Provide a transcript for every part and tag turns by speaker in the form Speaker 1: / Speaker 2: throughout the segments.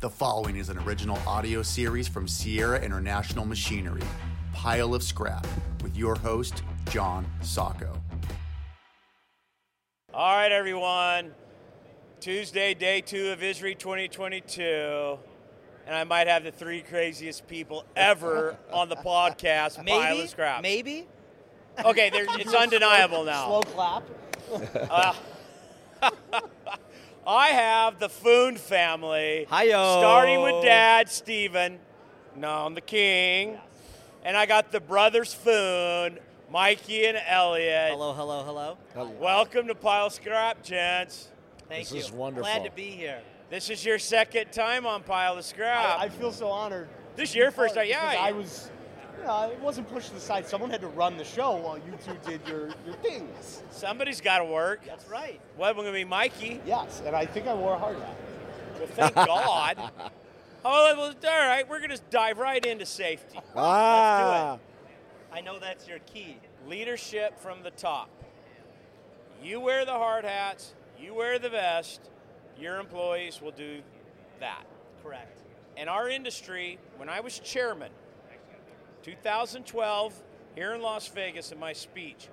Speaker 1: The following is an original audio series from Sierra International Machinery, Pile of Scrap, with your host, John Sacco.
Speaker 2: All right, everyone. Tuesday, day two of ISRI 2022. And I might have the three craziest people ever on the podcast. Pile
Speaker 3: Maybe.
Speaker 2: of scrap.
Speaker 3: Maybe.
Speaker 2: Okay, there, it's undeniable now.
Speaker 3: Slow clap.
Speaker 2: I have the Foon family.
Speaker 3: Hi-yo.
Speaker 2: Starting with Dad, Steven. No, I'm the king. And I got the brothers Foon, Mikey and Elliot.
Speaker 3: Hello, hello, hello.
Speaker 2: Welcome to Pile of Scrap, gents.
Speaker 3: Thank
Speaker 4: This
Speaker 3: you.
Speaker 4: is wonderful.
Speaker 3: Glad to be here.
Speaker 2: This is your second time on Pile of Scrap.
Speaker 5: I, I feel so honored.
Speaker 2: This is your first time,
Speaker 5: Because
Speaker 2: yeah.
Speaker 5: I was, you know, it wasn't pushed to the side. Someone had to run the show while you two did your, your things.
Speaker 2: Somebody's got to work.
Speaker 3: That's right.
Speaker 2: Well, we're going to be Mikey.
Speaker 5: Yes, and I think I wore a hard hat.
Speaker 2: Well, thank God. Oh, well, all right, we're going to dive right into safety.
Speaker 4: Ah,
Speaker 3: I know that's your key.
Speaker 2: Leadership from the top. You wear the hard hats, you wear the vest, your employees will do that.
Speaker 3: Correct.
Speaker 2: In our industry, when I was chairman, 2012, here in Las Vegas, in my speech,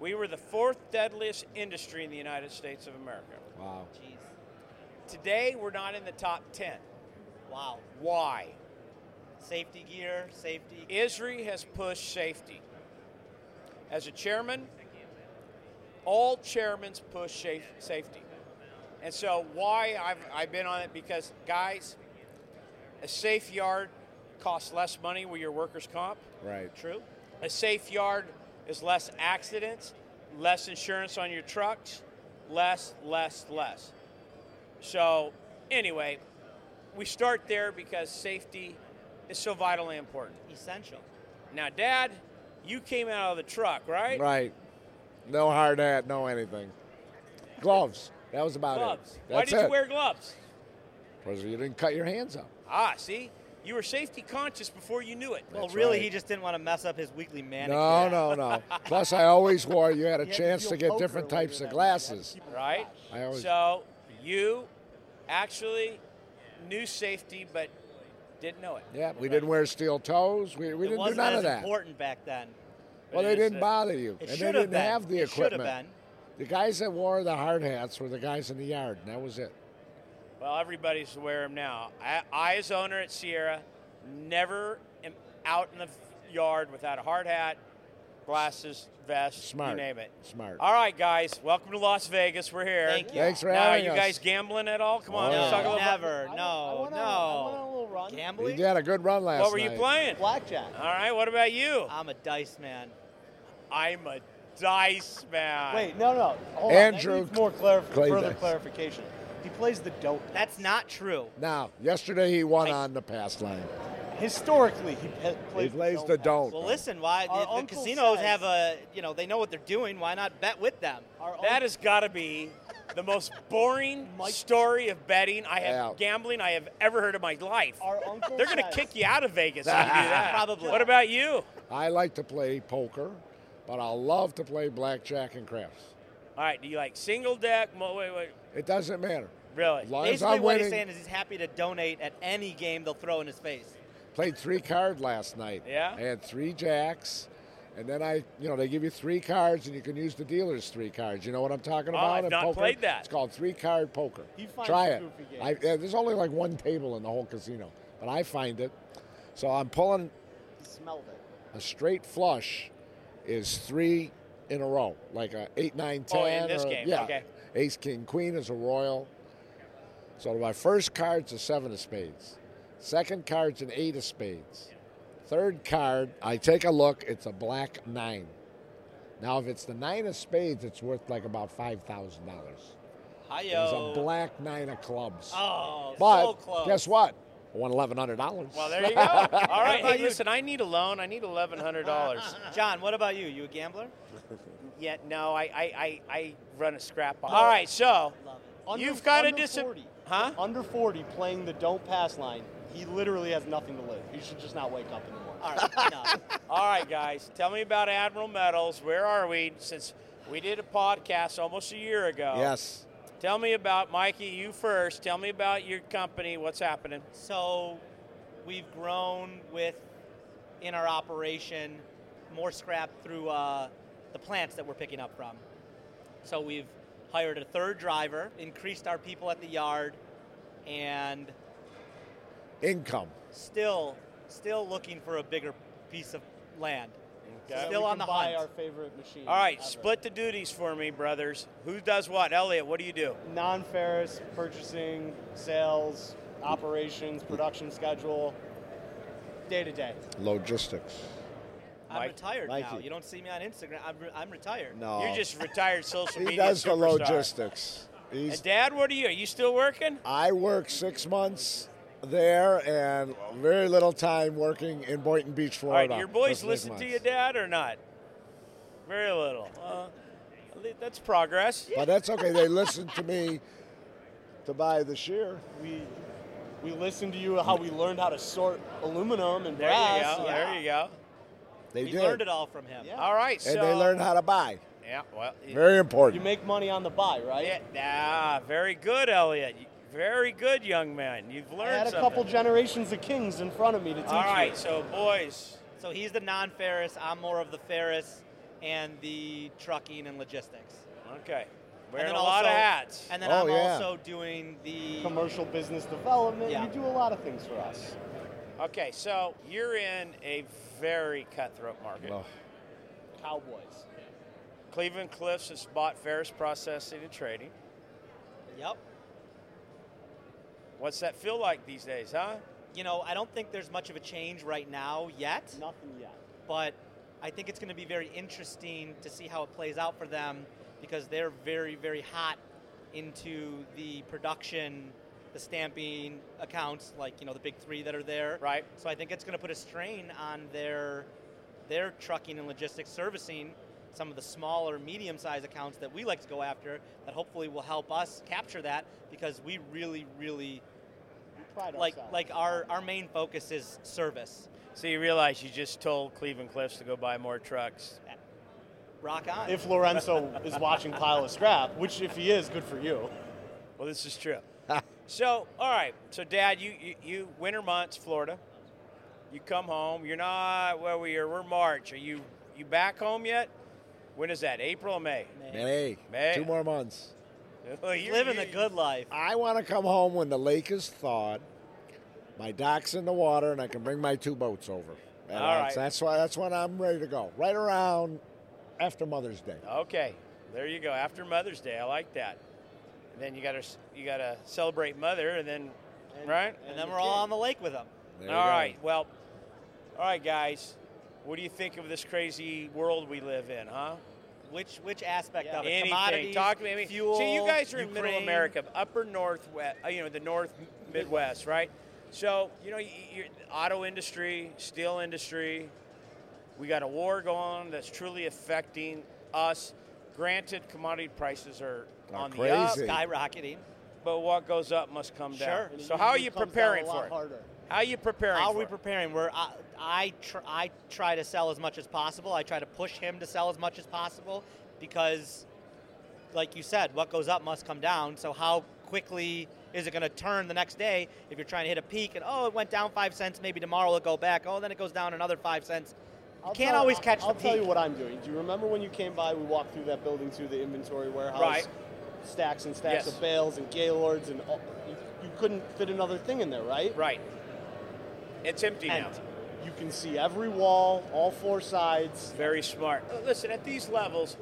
Speaker 2: we were the fourth deadliest industry in the United States of America.
Speaker 4: wow.
Speaker 3: Jeez.
Speaker 2: Today, we're not in the top 10.
Speaker 3: Wow.
Speaker 2: Why?
Speaker 3: Safety gear, safety.
Speaker 2: Isri has pushed safety. As a chairman, all chairmen push sha- safety. And so, why I've, I've been on it because, guys, a safe yard costs less money with your workers' comp.
Speaker 4: Right.
Speaker 2: True. A safe yard is less accidents, less insurance on your trucks, less, less, less. So, anyway, we start there because safety is so vitally important.
Speaker 3: Essential.
Speaker 2: Now, Dad, you came out of the truck, right?
Speaker 4: Right. No hard hat, no anything. Gloves. That was about
Speaker 2: Gloves.
Speaker 4: it.
Speaker 2: Why
Speaker 4: That's
Speaker 2: did
Speaker 4: it.
Speaker 2: you wear gloves?
Speaker 4: Because you didn't cut your hands up.
Speaker 2: Ah, see, you were safety conscious before you knew it.
Speaker 3: Well,
Speaker 4: That's
Speaker 3: really,
Speaker 4: right.
Speaker 3: he just didn't want to mess up his weekly manicure.
Speaker 4: No, no, no. Plus, I always wore. You had a
Speaker 5: You had
Speaker 4: chance
Speaker 5: feel
Speaker 4: to get
Speaker 5: poker
Speaker 4: different
Speaker 5: later
Speaker 4: types
Speaker 5: that
Speaker 4: of
Speaker 5: night.
Speaker 4: glasses.
Speaker 5: People
Speaker 2: right?
Speaker 4: I always.
Speaker 2: So you actually knew safety, but didn't know it.
Speaker 4: yeah, we didn't wear steel toes. We, we
Speaker 3: It
Speaker 4: didn't do
Speaker 3: wasn't
Speaker 4: none
Speaker 3: as
Speaker 4: of that.
Speaker 3: important back then.
Speaker 4: Well,
Speaker 2: It
Speaker 4: they
Speaker 2: is
Speaker 4: didn't
Speaker 2: that-
Speaker 4: bother you,
Speaker 3: It
Speaker 4: and they
Speaker 3: should have
Speaker 4: didn't
Speaker 3: been.
Speaker 4: have the
Speaker 3: it should have been.
Speaker 4: equipment. The guys that wore the hard hats were the guys in the yard, and that was it.
Speaker 2: Well, everybody's wear them now. I, I, as owner at Sierra, never am out in the yard without a hard hat, glasses, vest, you
Speaker 4: Smart.
Speaker 2: name it.
Speaker 4: Smart.
Speaker 2: All right, guys, welcome to Las Vegas. We're here.
Speaker 3: Thank you.
Speaker 4: Thanks
Speaker 2: Now,
Speaker 4: for
Speaker 2: are
Speaker 4: having
Speaker 2: you
Speaker 4: us.
Speaker 2: guys gambling at all? Come on,
Speaker 4: Oh,
Speaker 2: let's
Speaker 4: yeah.
Speaker 2: talk a little.
Speaker 3: Never.
Speaker 5: I-
Speaker 3: No.
Speaker 5: I went on- I went on a
Speaker 3: No.
Speaker 5: little run.
Speaker 4: You
Speaker 3: Gambling.
Speaker 4: did a good run last night.
Speaker 2: What were you playing? All
Speaker 5: Blackjack.
Speaker 2: right, what about you?
Speaker 3: I'm a dice man.
Speaker 2: I'm a dice man.
Speaker 5: Wait, no, no. Hold
Speaker 4: Andrew
Speaker 5: on. That needs more clarif-
Speaker 4: Clay
Speaker 5: further
Speaker 4: Dice.
Speaker 5: clarification. He plays the dope.
Speaker 3: That's not true.
Speaker 4: Now, yesterday he won
Speaker 3: I-
Speaker 4: on the pass line.
Speaker 5: Historically, he pe- plays,
Speaker 4: he plays
Speaker 5: the
Speaker 4: the
Speaker 5: dope.
Speaker 4: don't.
Speaker 3: Well, listen. Why
Speaker 5: Our
Speaker 3: the, the
Speaker 5: uncle
Speaker 3: casinos
Speaker 5: says-
Speaker 3: have a you know they know what they're doing. Why not bet with them?
Speaker 5: Our
Speaker 2: That
Speaker 5: own-
Speaker 2: has got to be the most boring
Speaker 5: Mike-
Speaker 2: story of betting I have
Speaker 4: Yeah.
Speaker 2: gambling I have ever heard in my life.
Speaker 5: Our uncle
Speaker 2: They're gonna
Speaker 5: says-
Speaker 2: kick you out of Vegas if you do that.
Speaker 3: Probably.
Speaker 2: What about you?
Speaker 4: I like to play poker, but I love to play blackjack and crafts.
Speaker 2: All right, do you like single deck? Mo- wait, wait,
Speaker 4: It doesn't matter.
Speaker 2: really?
Speaker 4: As long as
Speaker 3: Basically,
Speaker 4: I'm
Speaker 3: what
Speaker 4: winning,
Speaker 3: he's saying is he's happy to donate at any game they'll throw in his face.
Speaker 4: played three card last night.
Speaker 2: Yeah?
Speaker 4: I had three jacks, and then I, you know, they give you three cards, and you can use the dealer's three cards. You know what I'm talking about?
Speaker 2: Oh, I've
Speaker 4: in
Speaker 2: not
Speaker 4: poker?
Speaker 2: played that.
Speaker 4: It's called three card poker.
Speaker 5: He finds
Speaker 4: Try
Speaker 5: the
Speaker 4: it.
Speaker 5: goofy games.
Speaker 4: I, yeah, there's only like one table in the whole casino, but I find it. So I'm pulling
Speaker 5: He smelled it.
Speaker 4: a straight flush is three in a row, like a eight, nine, ten.
Speaker 2: Oh, in this
Speaker 4: or-
Speaker 2: game,
Speaker 4: yeah.
Speaker 2: okay.
Speaker 4: Ace, king, queen is a royal. So my first card's a seven of spades. Second card's an eight of spades. Third card, I take a look. It's a black nine. Now, if it's the nine of spades, it's worth like about five thousand dollars. It was
Speaker 3: Hiyo.
Speaker 4: a black nine of clubs.
Speaker 3: Oh,
Speaker 4: but
Speaker 3: so close.
Speaker 4: guess what? I won eleven hundred dollars.
Speaker 2: Well, there you go. All right,
Speaker 3: about
Speaker 2: hey,
Speaker 3: you?
Speaker 2: listen, I need a loan. I need eleven hundred dollars.
Speaker 3: John, what about you? You a gambler?
Speaker 2: Yeah, no, I, I, I, I run a scrap. All right, so
Speaker 3: Love it.
Speaker 5: Under-
Speaker 2: you've got a
Speaker 5: under
Speaker 2: dis-
Speaker 5: 40.
Speaker 2: huh?
Speaker 5: Under 40, playing the don't pass line, he literally has nothing to live. He should just not wake up in the morning.
Speaker 2: Uh,
Speaker 3: All right, enough.
Speaker 2: All right, guys, tell me about Admiral Metals. Where are we? Since we did a podcast almost a year ago.
Speaker 4: Yes.
Speaker 2: Tell me about Mikey. You first. Tell me about your company. What's happening?
Speaker 3: So we've grown with in our operation more scrap through uh, the plants that we're picking up from. So we've hired a third driver, increased our people at the yard, and
Speaker 4: Income.
Speaker 3: still still looking for a bigger piece of land.
Speaker 2: Okay.
Speaker 3: Still
Speaker 5: we
Speaker 3: on
Speaker 5: can
Speaker 3: the
Speaker 5: buy
Speaker 3: hunt.
Speaker 5: our favorite machine.
Speaker 2: All right,
Speaker 5: ever.
Speaker 2: split the duties for me, brothers. Who does what? Elliot, what do you do?
Speaker 5: non-ferrous purchasing, sales, operations, production schedule, day to day.
Speaker 4: Logistics.
Speaker 3: I'm
Speaker 2: Mike-
Speaker 3: retired now.
Speaker 4: Mikey.
Speaker 3: You don't see me on Instagram. I'm, re- I'm retired.
Speaker 4: No.
Speaker 2: You're just retired social
Speaker 4: Oh. he
Speaker 2: media
Speaker 4: does the
Speaker 2: superstar.
Speaker 4: logistics. He's
Speaker 2: And Dad, what are you? Are you still working?
Speaker 4: I worked six months there and very little time working in Boynton Beach,
Speaker 2: All right,
Speaker 4: Florida.
Speaker 2: do your boys
Speaker 4: for six
Speaker 2: listen to
Speaker 4: months.
Speaker 2: you, Dad, or not? Very little. Uh, that's progress.
Speaker 4: But that's okay. They listened to me to buy the shear.
Speaker 5: We we listened to you how we learned how to sort aluminum and
Speaker 2: There you
Speaker 5: brass.
Speaker 2: go. There you go.
Speaker 4: They
Speaker 3: we
Speaker 4: did.
Speaker 3: learned it all from him.
Speaker 5: Yeah.
Speaker 2: All right,
Speaker 4: And
Speaker 2: so
Speaker 4: they learned how to buy.
Speaker 2: Yeah, well, it-
Speaker 4: Very
Speaker 5: You
Speaker 4: important.
Speaker 5: make money on the buy, right?
Speaker 2: yeah, ah, very good, Elliot. Very good, young man. You've
Speaker 5: I
Speaker 2: learned
Speaker 5: had a
Speaker 2: something.
Speaker 5: couple generations of kings in front of me to teach
Speaker 2: All right,
Speaker 5: me.
Speaker 2: so boys,
Speaker 3: So he's the non-ferrous. I'm more of the ferrous and the trucking and logistics.
Speaker 2: okay, wearing
Speaker 3: and
Speaker 2: a lot of hats.
Speaker 3: And then
Speaker 4: Oh,
Speaker 3: I'm
Speaker 4: yeah.
Speaker 3: also doing the
Speaker 5: Commercial business development.
Speaker 3: Yeah.
Speaker 5: You do a lot of things for us.
Speaker 2: Okay, so you're in a very cutthroat market.
Speaker 4: Well,
Speaker 5: Cowboys.
Speaker 2: Cleveland Cliffs has bought Ferris Processing and Trading.
Speaker 3: Yep.
Speaker 2: What's that feel like these days, huh?
Speaker 3: You know, I don't think there's much of a change right now yet,
Speaker 5: Nothing yet.
Speaker 3: but I think it's going to be very interesting to see how it plays out for them because they're very, very hot into the production, the stamping accounts, like you know the big three that are there.
Speaker 2: Right.
Speaker 3: So I think it's going to put a strain on their their trucking and logistics servicing some of the smaller, medium-sized accounts that we like to go after. That hopefully will help us capture that because we really, really
Speaker 5: We pride
Speaker 3: like
Speaker 5: ourselves.
Speaker 3: like our our main focus is service.
Speaker 2: So you realize you just told Cleveland Cliffs to go buy more trucks.
Speaker 3: Rock on.
Speaker 5: if Lorenzo is watching pile of scrap, which if he is, good for you.
Speaker 2: Well, this is true. so, all right. So, Dad, you, you you winter months, Florida. You come home. You're not where we are. We're March. Are you you back home yet? When is that? April or May?
Speaker 4: May.
Speaker 2: May.
Speaker 4: Two more months.
Speaker 2: You're-
Speaker 3: living
Speaker 2: you-
Speaker 3: the good life.
Speaker 4: I want to come home when the lake is thawed, my dock's in the water, and I can bring my two boats over. And
Speaker 2: All
Speaker 4: that's,
Speaker 2: right.
Speaker 4: that's why. That's when I'm ready to go. Right around after Mother's Day.
Speaker 2: Okay, there you go. After Mother's Day, I like that. And then you gotta s- you gotta celebrate Mother, and then right.
Speaker 3: And then we're all on the lake with them.
Speaker 4: There you
Speaker 2: All
Speaker 4: go.
Speaker 2: right. Well, all right, guys. What do you think of this crazy world we live in, huh?
Speaker 3: Which which aspect of it?
Speaker 2: Anything.
Speaker 3: Commodities,
Speaker 2: Talk to me. I mean,
Speaker 3: fuel.
Speaker 2: See, you guys are in Middle
Speaker 3: Ukraine.
Speaker 2: America, Upper Northwest. uh, You know, the North Midwest, right? So you know, y your auto industry, steel industry. We got a war going on that's truly affecting us. Granted, commodity prices are
Speaker 4: Are
Speaker 2: on the up,
Speaker 4: crazy.
Speaker 3: Skyrocketing.
Speaker 2: but what goes up must come down.
Speaker 3: Sure.
Speaker 5: And it
Speaker 2: So how are
Speaker 5: usually
Speaker 2: you
Speaker 5: comes down
Speaker 2: preparing
Speaker 5: a lot
Speaker 2: for it?
Speaker 5: harder.
Speaker 2: How are you preparing?
Speaker 3: How are
Speaker 2: for
Speaker 3: we
Speaker 2: it?
Speaker 3: preparing? We're I I, tr- I try to sell as much as possible. I try to push him to sell as much as possible because, like you said, what goes up must come down. So how quickly is it going to turn the next day? If you're trying to hit a peak and oh, it went down five cents, maybe tomorrow it'll go back. Oh, then it goes down another five cents. You
Speaker 5: I'll
Speaker 3: can't
Speaker 5: tell-
Speaker 3: always catch
Speaker 5: I'll
Speaker 3: the peak.
Speaker 5: tell you what I'm doing. Do you remember when you came by? We walked through that building to the inventory warehouse.
Speaker 2: Right.
Speaker 5: Stacks and stacks
Speaker 2: Yes.
Speaker 5: of bales and gaylords, and all, you, you couldn't fit another thing in there, right?
Speaker 2: Right. It's empty now.
Speaker 5: And you can see every wall, all four sides.
Speaker 2: Very smart. Uh, Listen, at these levels,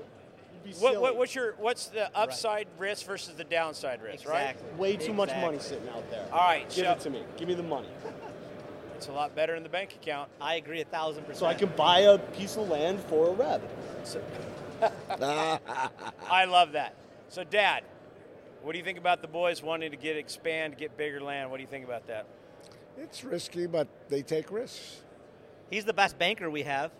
Speaker 5: It'd be
Speaker 2: what,
Speaker 5: silly.
Speaker 2: what, what's your what's the upside risk versus the downside risk,
Speaker 3: Exactly.
Speaker 5: Way too much
Speaker 3: Exactly.
Speaker 5: money sitting out there.
Speaker 2: All right,
Speaker 5: give
Speaker 2: so-
Speaker 5: it to me. Give me the money,
Speaker 2: right? It's a lot better in the bank account.
Speaker 3: I agree a thousand percent.
Speaker 5: so I can buy a piece of land for a reb.
Speaker 2: I love that. So, Dad, what do you think about the boys wanting to get expand, get bigger land? What do you think about that?
Speaker 4: It's risky, but they take risks.
Speaker 3: He's the best banker we have.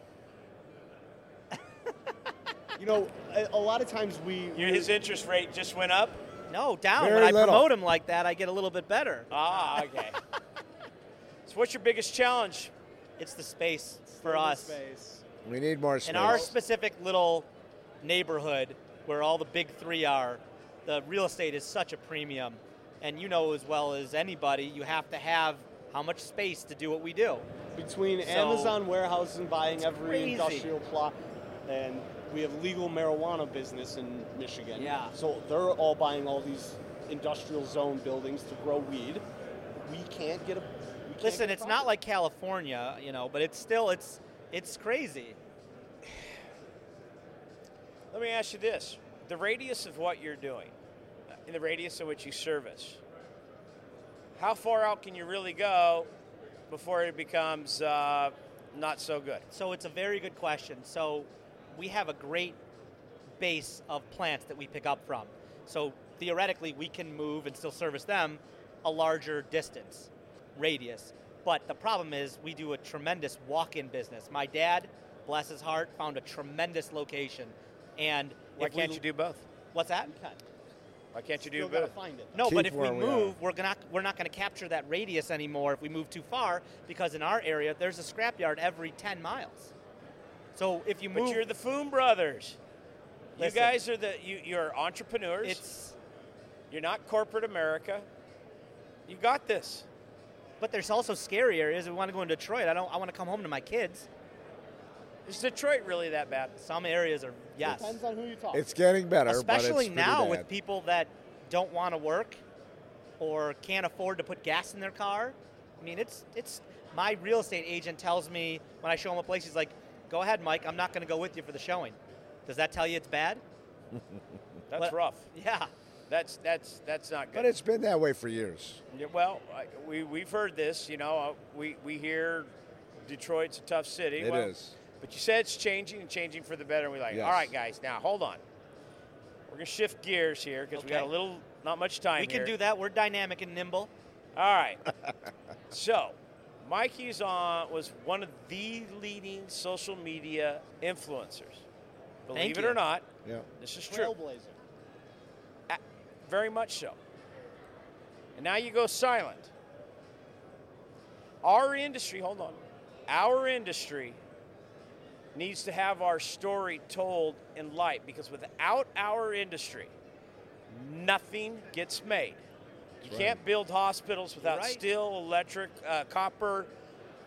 Speaker 5: You know, a, a lot of times we.
Speaker 2: Your, his interest rate just went up.
Speaker 3: No, down.
Speaker 4: Very
Speaker 3: when I
Speaker 4: little.
Speaker 3: promote him like that, I get a little bit better.
Speaker 2: Ah, okay. so, what's your biggest challenge?
Speaker 3: It's the space for us.
Speaker 5: Space.
Speaker 4: We need more space.
Speaker 3: In our specific little neighborhood where all the big three are, the real estate is such a premium, and you know as well as anybody, you have to have how much space to do what we do.
Speaker 5: Between
Speaker 3: So-
Speaker 5: Amazon warehouses and buying every
Speaker 3: crazy.
Speaker 5: industrial plot, and we have legal marijuana business in Michigan.
Speaker 3: Yeah.
Speaker 5: So they're all buying all these industrial zone buildings to grow weed. We can't get a. We can't
Speaker 3: Listen,
Speaker 5: get a
Speaker 3: it's not
Speaker 5: profit.
Speaker 3: like California, you know, but it's still it's it's crazy.
Speaker 2: Let me ask you this: the radius of what you're doing, in the radius in which you service, how far out can you really go before it becomes uh, not so good?
Speaker 3: So it's a very good question. So we have a great base of plants that we pick up from. So theoretically, we can move and still service them a larger distance, radius. But the problem is, we do a tremendous walk in business. My dad, bless his heart, found a tremendous location. And
Speaker 2: Why
Speaker 3: if we-
Speaker 2: can't you do both?
Speaker 3: What's that?
Speaker 2: Why can't you do
Speaker 5: Still gotta
Speaker 2: both?
Speaker 5: find it.
Speaker 3: No, but if
Speaker 4: Keep
Speaker 3: we
Speaker 4: where we are.
Speaker 3: move, we are not we're not going to capture that radius anymore if we move too far because in our area there's a scrapyard every 10 miles. So if you move,
Speaker 2: But you're the Foom brothers.
Speaker 3: Listen.
Speaker 2: You guys are the you, you're entrepreneurs.
Speaker 3: it's
Speaker 2: you're not corporate America. You got this.
Speaker 3: but there's also scary areas. We want to go in Detroit. I don't. I want to come home to my kids.
Speaker 2: Is Detroit really that bad?
Speaker 3: Some areas are yes,
Speaker 5: Depends on who you talk.
Speaker 4: It's getting better, but
Speaker 3: especially
Speaker 4: it's pretty
Speaker 3: now
Speaker 4: bad.
Speaker 3: with people that don't want to work or can't afford to put gas in their car. I mean, it's it's. My real estate agent tells me when I show him a place, he's like, "Go ahead, Mike. I'm not going to go with you for the showing." Does that tell you it's bad?
Speaker 2: That's
Speaker 3: What-
Speaker 2: rough.
Speaker 3: Yeah.
Speaker 2: That's that's that's not good.
Speaker 4: But it's been that way for years.
Speaker 2: Yeah, well, I, we we've heard this. You know, uh, we we hear Detroit's a tough city.
Speaker 4: It
Speaker 2: well,
Speaker 4: is.
Speaker 2: But you said it's changing and changing for the better. And we're like,
Speaker 4: Yes.
Speaker 2: all right, guys, now hold on. We're gonna shift gears here because we got
Speaker 3: Okay.
Speaker 2: a little, not much time.
Speaker 3: We can
Speaker 2: here.
Speaker 3: do that. We're dynamic and nimble.
Speaker 2: All right. so, Mikey's on was one of the leading social media influencers. Believe
Speaker 3: Thank
Speaker 2: it
Speaker 3: you.
Speaker 2: or not,
Speaker 4: Yeah.
Speaker 2: this is true.
Speaker 5: Trailblazer.
Speaker 2: A- Very much so. And now you go silent. Our industry, hold on, our industry needs to have our story told in light because without our industry, nothing gets made. You can't build hospitals without
Speaker 3: Right.
Speaker 2: steel, electric, uh, copper,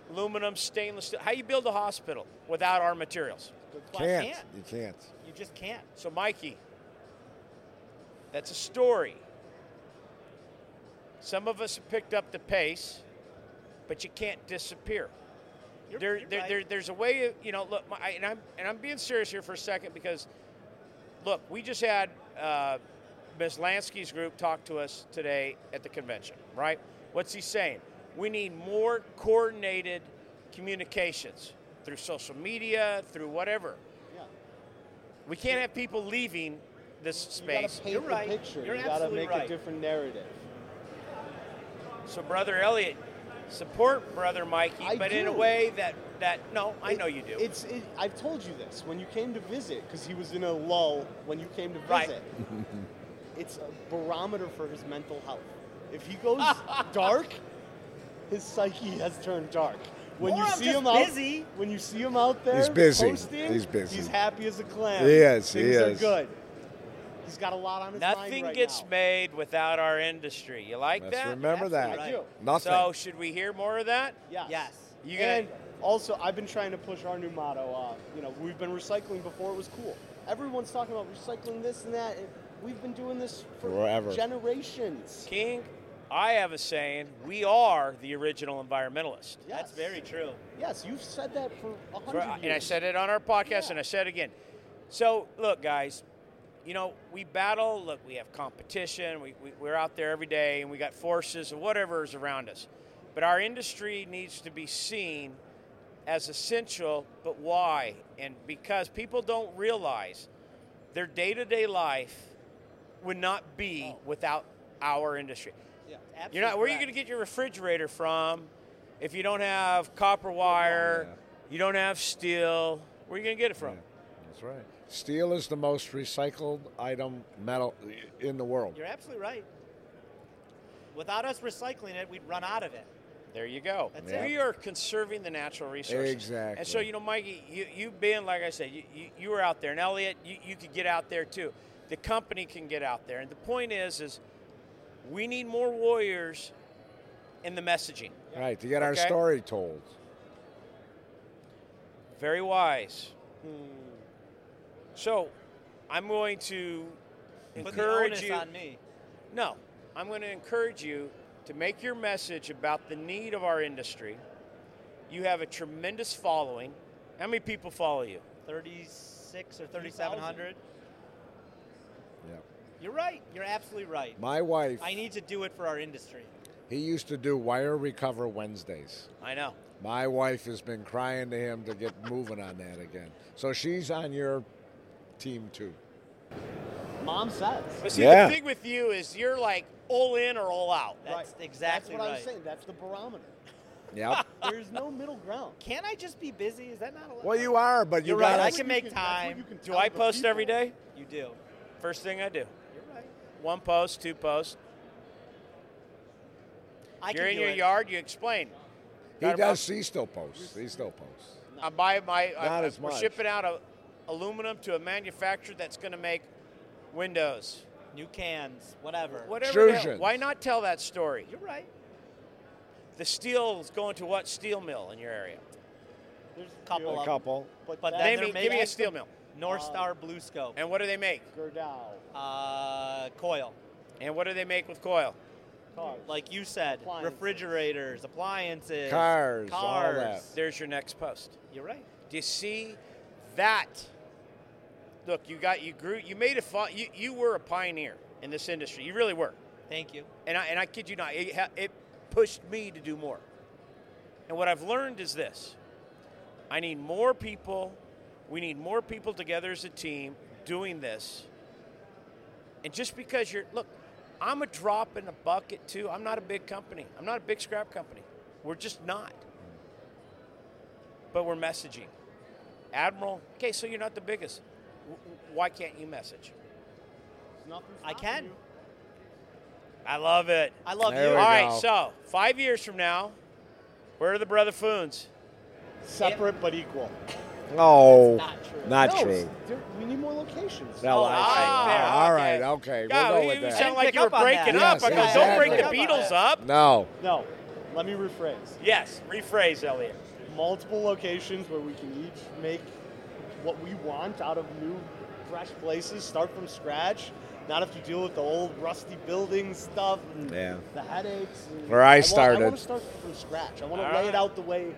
Speaker 2: aluminum, stainless steel. How you build a hospital without our materials?
Speaker 3: Well, I
Speaker 4: Can't.
Speaker 3: can't.
Speaker 4: You can't.
Speaker 3: You just can't.
Speaker 2: So, Mikey, that's a story. Some of us have picked up the pace, but you can't disappear.
Speaker 3: You're-
Speaker 2: There,
Speaker 3: you're
Speaker 2: there,
Speaker 3: right.
Speaker 2: there, there's a way, of- you know, look, my, I- and, I'm, and I'm being serious here for a second because, look, we just had uh, Ms. Lansky's group talk to us today at the convention, right? What's he saying? We need more coordinated communications through social media, through whatever.
Speaker 5: Yeah.
Speaker 2: We can't have people leaving this
Speaker 5: You gotta
Speaker 2: space.
Speaker 5: paint
Speaker 3: You're
Speaker 5: the
Speaker 3: right.
Speaker 5: picture.
Speaker 3: You're
Speaker 5: you gotta
Speaker 3: absolutely
Speaker 5: make
Speaker 3: right.
Speaker 5: a different narrative.
Speaker 2: So, brother Elliot, support brother Mikey,
Speaker 5: I
Speaker 2: but in a
Speaker 5: do.
Speaker 2: way that that no, I know you do.
Speaker 5: It's. It, I've told you this when you came to visit, because he was in a lull when you came to visit.
Speaker 2: Right.
Speaker 5: it's a barometer for his mental health. If he goes dark, his psyche has turned dark. When
Speaker 3: Or
Speaker 5: you
Speaker 3: I'm
Speaker 5: see
Speaker 3: just
Speaker 5: him out,
Speaker 3: busy.
Speaker 5: when you see him out there,
Speaker 4: He's busy.
Speaker 5: Posting,
Speaker 4: He's busy.
Speaker 5: He's happy as a clam.
Speaker 4: He is, he
Speaker 5: Things
Speaker 4: is.
Speaker 5: are good. He's got a lot on his
Speaker 2: Nothing
Speaker 5: mind right
Speaker 2: gets
Speaker 5: now.
Speaker 2: made without our industry. You like
Speaker 4: Let's
Speaker 2: that?
Speaker 4: remember that.
Speaker 3: absolutely
Speaker 5: right.
Speaker 4: Nothing.
Speaker 2: So, should we hear more of that?
Speaker 5: Yes.
Speaker 3: Yes.
Speaker 2: You gonna-
Speaker 5: And also, I've been trying to push our new motto. Uh, you know, we've been recycling before it was cool. Everyone's talking about recycling this and that. and We've been doing this for
Speaker 4: Forever.
Speaker 5: generations.
Speaker 2: King, I have a saying: we are the original environmentalist.
Speaker 5: Yes.
Speaker 3: That's very true.
Speaker 5: Yes, you've said that for a
Speaker 2: For-
Speaker 5: hundred years.
Speaker 2: and I said it on our podcast,
Speaker 5: Yeah.
Speaker 2: and I said it again. So, look, guys, you know, we battle. Look, we have competition. We, we, we're out there every day, and we got forces and whatever is around us. But our industry needs to be seen as essential. But why? And because people don't realize their day to day life would not be without our industry.
Speaker 5: Yeah.
Speaker 3: Absolutely
Speaker 2: You're not. Where are you
Speaker 3: correct.
Speaker 2: going to get your refrigerator from if you don't have copper wire? You don't have steel. Where are you going to get it from?
Speaker 4: That's right. Steel is the most recycled item metal in the world.
Speaker 3: You're absolutely right. Without us recycling it, we'd run out of it.
Speaker 2: There you go.
Speaker 3: That's it.
Speaker 2: We are conserving the natural resources.
Speaker 4: Exactly.
Speaker 2: And so, you know, Mikey, you, you've been, like I said, you, you, you were out there. And Elliot, you, you could get out there too. the company can get out there. And the point is, is we need more warriors in the messaging.
Speaker 4: Right, to get our
Speaker 2: Okay.
Speaker 4: story told.
Speaker 2: Very wise.
Speaker 3: Hmm.
Speaker 2: So, I'm going to
Speaker 3: Put the
Speaker 2: encourage
Speaker 3: onus
Speaker 2: you.
Speaker 3: on me.
Speaker 2: No, I'm going to encourage you to make your message about the need of our industry. You have a tremendous following. How many people follow you?
Speaker 3: 36 or 3,700.
Speaker 4: Yeah.
Speaker 3: You're right. You're absolutely right.
Speaker 4: My wife,
Speaker 3: I need to do it for our industry.
Speaker 4: he used to do Wire Recover Wednesdays.
Speaker 2: I know.
Speaker 4: My wife has been crying to him to get moving on that again. So she's on your team too.
Speaker 5: Mom says.
Speaker 2: But see,
Speaker 4: Yeah.
Speaker 2: the thing with you is you're like all in or all out.
Speaker 3: That's
Speaker 5: Right.
Speaker 3: exactly
Speaker 5: That's what I
Speaker 3: right.
Speaker 5: was saying. That's the barometer.
Speaker 4: Yep.
Speaker 5: There's no middle ground.
Speaker 3: Can I just be busy? Is that not allowed?
Speaker 4: well, you are, but you
Speaker 3: You're
Speaker 4: got
Speaker 3: right, I
Speaker 4: us-
Speaker 3: can make
Speaker 5: that's what
Speaker 3: time.
Speaker 5: you can
Speaker 2: Do
Speaker 5: tell
Speaker 2: I
Speaker 5: the
Speaker 2: post every
Speaker 5: people.
Speaker 2: day?
Speaker 3: You do.
Speaker 2: First thing I do.
Speaker 3: You're right.
Speaker 2: One post, two posts.
Speaker 3: I
Speaker 2: You're
Speaker 3: can
Speaker 2: in
Speaker 3: do
Speaker 2: your
Speaker 3: it.
Speaker 2: yard, you explain.
Speaker 4: He does. He still posts. He still posts.
Speaker 2: I buy my. I-
Speaker 4: Not
Speaker 2: I-
Speaker 4: as
Speaker 2: We're
Speaker 4: much.
Speaker 2: shipping out a, aluminum to a manufacturer that's going to make windows.
Speaker 3: New cans, whatever.
Speaker 2: Whatever. the hell.
Speaker 4: Extrusions.
Speaker 2: Why not tell that story?
Speaker 3: You're right.
Speaker 2: The steel is going to what steel mill in your area?
Speaker 5: There's
Speaker 3: Couple
Speaker 5: you know,
Speaker 3: of-
Speaker 4: Couple.
Speaker 3: But
Speaker 5: that-
Speaker 3: then
Speaker 2: Name
Speaker 3: they're
Speaker 2: me, give me a
Speaker 3: making-
Speaker 2: steel mill.
Speaker 3: North Star Blue Scope.
Speaker 2: And what do they make?
Speaker 5: Gerdau,
Speaker 3: Uh, coil.
Speaker 2: And what do they make with coil?
Speaker 5: cars.
Speaker 3: Like you said,
Speaker 5: Appliances.
Speaker 3: refrigerators, appliances,
Speaker 4: Cars, all
Speaker 3: cars.
Speaker 4: that.
Speaker 2: There's your next post.
Speaker 3: You're right.
Speaker 2: Do you see that? Look, you got you grew you made a fun, you you were a pioneer in this industry. You really were.
Speaker 3: Thank you.
Speaker 2: And I and I kid you not, it, ha- it pushed me to do more. And what I've learned is this: I need more people. We need more people together as a team doing this. And just because you're look, I'm a drop in the bucket too. I'm not a big company. I'm not a big scrap company. We're just not. But we're messaging. Admiral, okay, so you're not the biggest. W- w- why can't you message?
Speaker 5: There's nothing
Speaker 3: I
Speaker 5: stopping
Speaker 3: can.
Speaker 5: you.
Speaker 2: I love it.
Speaker 3: I love
Speaker 4: There
Speaker 3: you.
Speaker 4: we
Speaker 2: All right,
Speaker 4: go.
Speaker 2: so five years from now, where are the brother Foons?
Speaker 5: Separate but equal.
Speaker 4: No,
Speaker 3: Not true.
Speaker 4: not
Speaker 5: No,
Speaker 4: true.
Speaker 5: there- we need more locations.
Speaker 4: No,
Speaker 3: Oh,
Speaker 4: I-
Speaker 2: all
Speaker 4: Ah, all
Speaker 2: right,
Speaker 4: right,
Speaker 2: Ah, there,
Speaker 4: okay.
Speaker 2: God,
Speaker 4: we'll go
Speaker 2: you
Speaker 4: with
Speaker 2: you
Speaker 4: that.
Speaker 2: sound
Speaker 3: I
Speaker 2: like
Speaker 3: didn't
Speaker 2: you were
Speaker 3: pick up on that.
Speaker 2: breaking up.
Speaker 4: Yes,
Speaker 2: I go, don't break the
Speaker 3: exactly.
Speaker 2: Beatles up.
Speaker 4: No,
Speaker 5: No, let me rephrase.
Speaker 2: Yes, rephrase, Elliot.
Speaker 5: Multiple locations where we can each make what we want out of new, fresh places, start from scratch, not have to deal with the old rusty building stuff and
Speaker 4: Yeah.
Speaker 5: the headaches. and-
Speaker 4: Where I
Speaker 5: want- I
Speaker 4: started.
Speaker 5: want to start from scratch. I want to
Speaker 2: All
Speaker 5: lay
Speaker 2: right.
Speaker 5: it out the way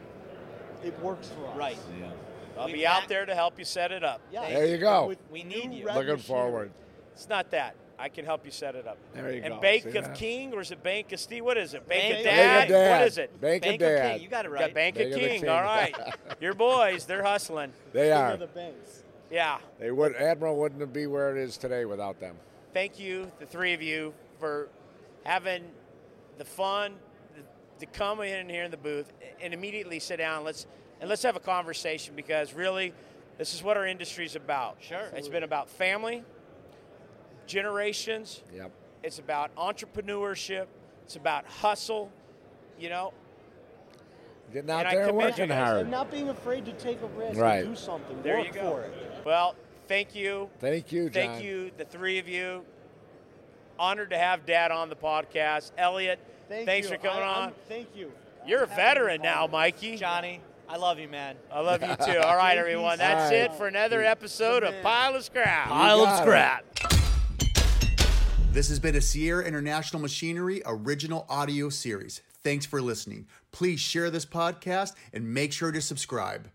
Speaker 5: it works for us.
Speaker 3: Right.
Speaker 2: I'll
Speaker 3: We
Speaker 2: be out
Speaker 3: back-
Speaker 2: there to help you set it up.
Speaker 5: Yeah.
Speaker 4: There you go.
Speaker 5: With
Speaker 3: We
Speaker 5: new
Speaker 3: need you.
Speaker 5: red
Speaker 4: looking
Speaker 5: machinery.
Speaker 4: forward.
Speaker 2: It's not that. I can help you set it up.
Speaker 4: There you
Speaker 2: and
Speaker 4: go.
Speaker 2: Bank
Speaker 4: See
Speaker 2: of
Speaker 4: that?
Speaker 2: King, or is it Bank of Steve? What is it? Bank,
Speaker 3: Bank
Speaker 2: of
Speaker 3: of
Speaker 2: Dad?
Speaker 4: Bank of Dad.
Speaker 2: What is it?
Speaker 4: Bank,
Speaker 3: Bank
Speaker 4: of
Speaker 3: of
Speaker 4: Dad.
Speaker 3: King. You got it
Speaker 2: We
Speaker 3: right.
Speaker 2: got Bank,
Speaker 4: Bank
Speaker 2: of
Speaker 4: of the
Speaker 2: King.
Speaker 4: King.
Speaker 2: All right. Your boys, they're hustling.
Speaker 4: They
Speaker 5: King
Speaker 4: are.
Speaker 5: of the banks.
Speaker 2: Yeah.
Speaker 4: They would. Admiral wouldn't be where it is today without them.
Speaker 2: thank you, the three of you, for having the fun to come in here in the booth and immediately sit down. Let's and let's have a conversation because really, this is what our industry is about.
Speaker 3: Sure.
Speaker 2: it's been about family, generations.
Speaker 4: Yep.
Speaker 2: It's about entrepreneurship. It's about hustle. You know,
Speaker 4: Getting out
Speaker 2: And I
Speaker 4: there and
Speaker 2: commend you
Speaker 4: working
Speaker 2: guys.
Speaker 5: And
Speaker 4: hard.
Speaker 5: not being afraid to take a risk
Speaker 4: Right.
Speaker 5: and do something.
Speaker 2: there
Speaker 5: Work
Speaker 2: you go.
Speaker 5: for it.
Speaker 2: Well, thank you.
Speaker 4: Thank you, John.
Speaker 2: Thank you, the three of you. Honored to have Dad on the podcast. Elliot,
Speaker 5: Thank
Speaker 2: thanks
Speaker 5: you.
Speaker 2: for coming
Speaker 5: I-
Speaker 2: on.
Speaker 5: I'm- Thank you.
Speaker 2: You're a
Speaker 5: I'm happy to be
Speaker 2: veteran
Speaker 5: part
Speaker 2: now,
Speaker 5: of it.
Speaker 2: Mikey.
Speaker 3: Johnny, I love you, man.
Speaker 2: I love you too. All right, everyone. That's
Speaker 4: All right.
Speaker 2: it for another episode of
Speaker 5: man.
Speaker 2: Pile of Scrap.
Speaker 4: Pile of got it. scrap.
Speaker 1: This has been a Sierra International Machinery original audio series. Thanks for listening. Please share this podcast and make sure to subscribe.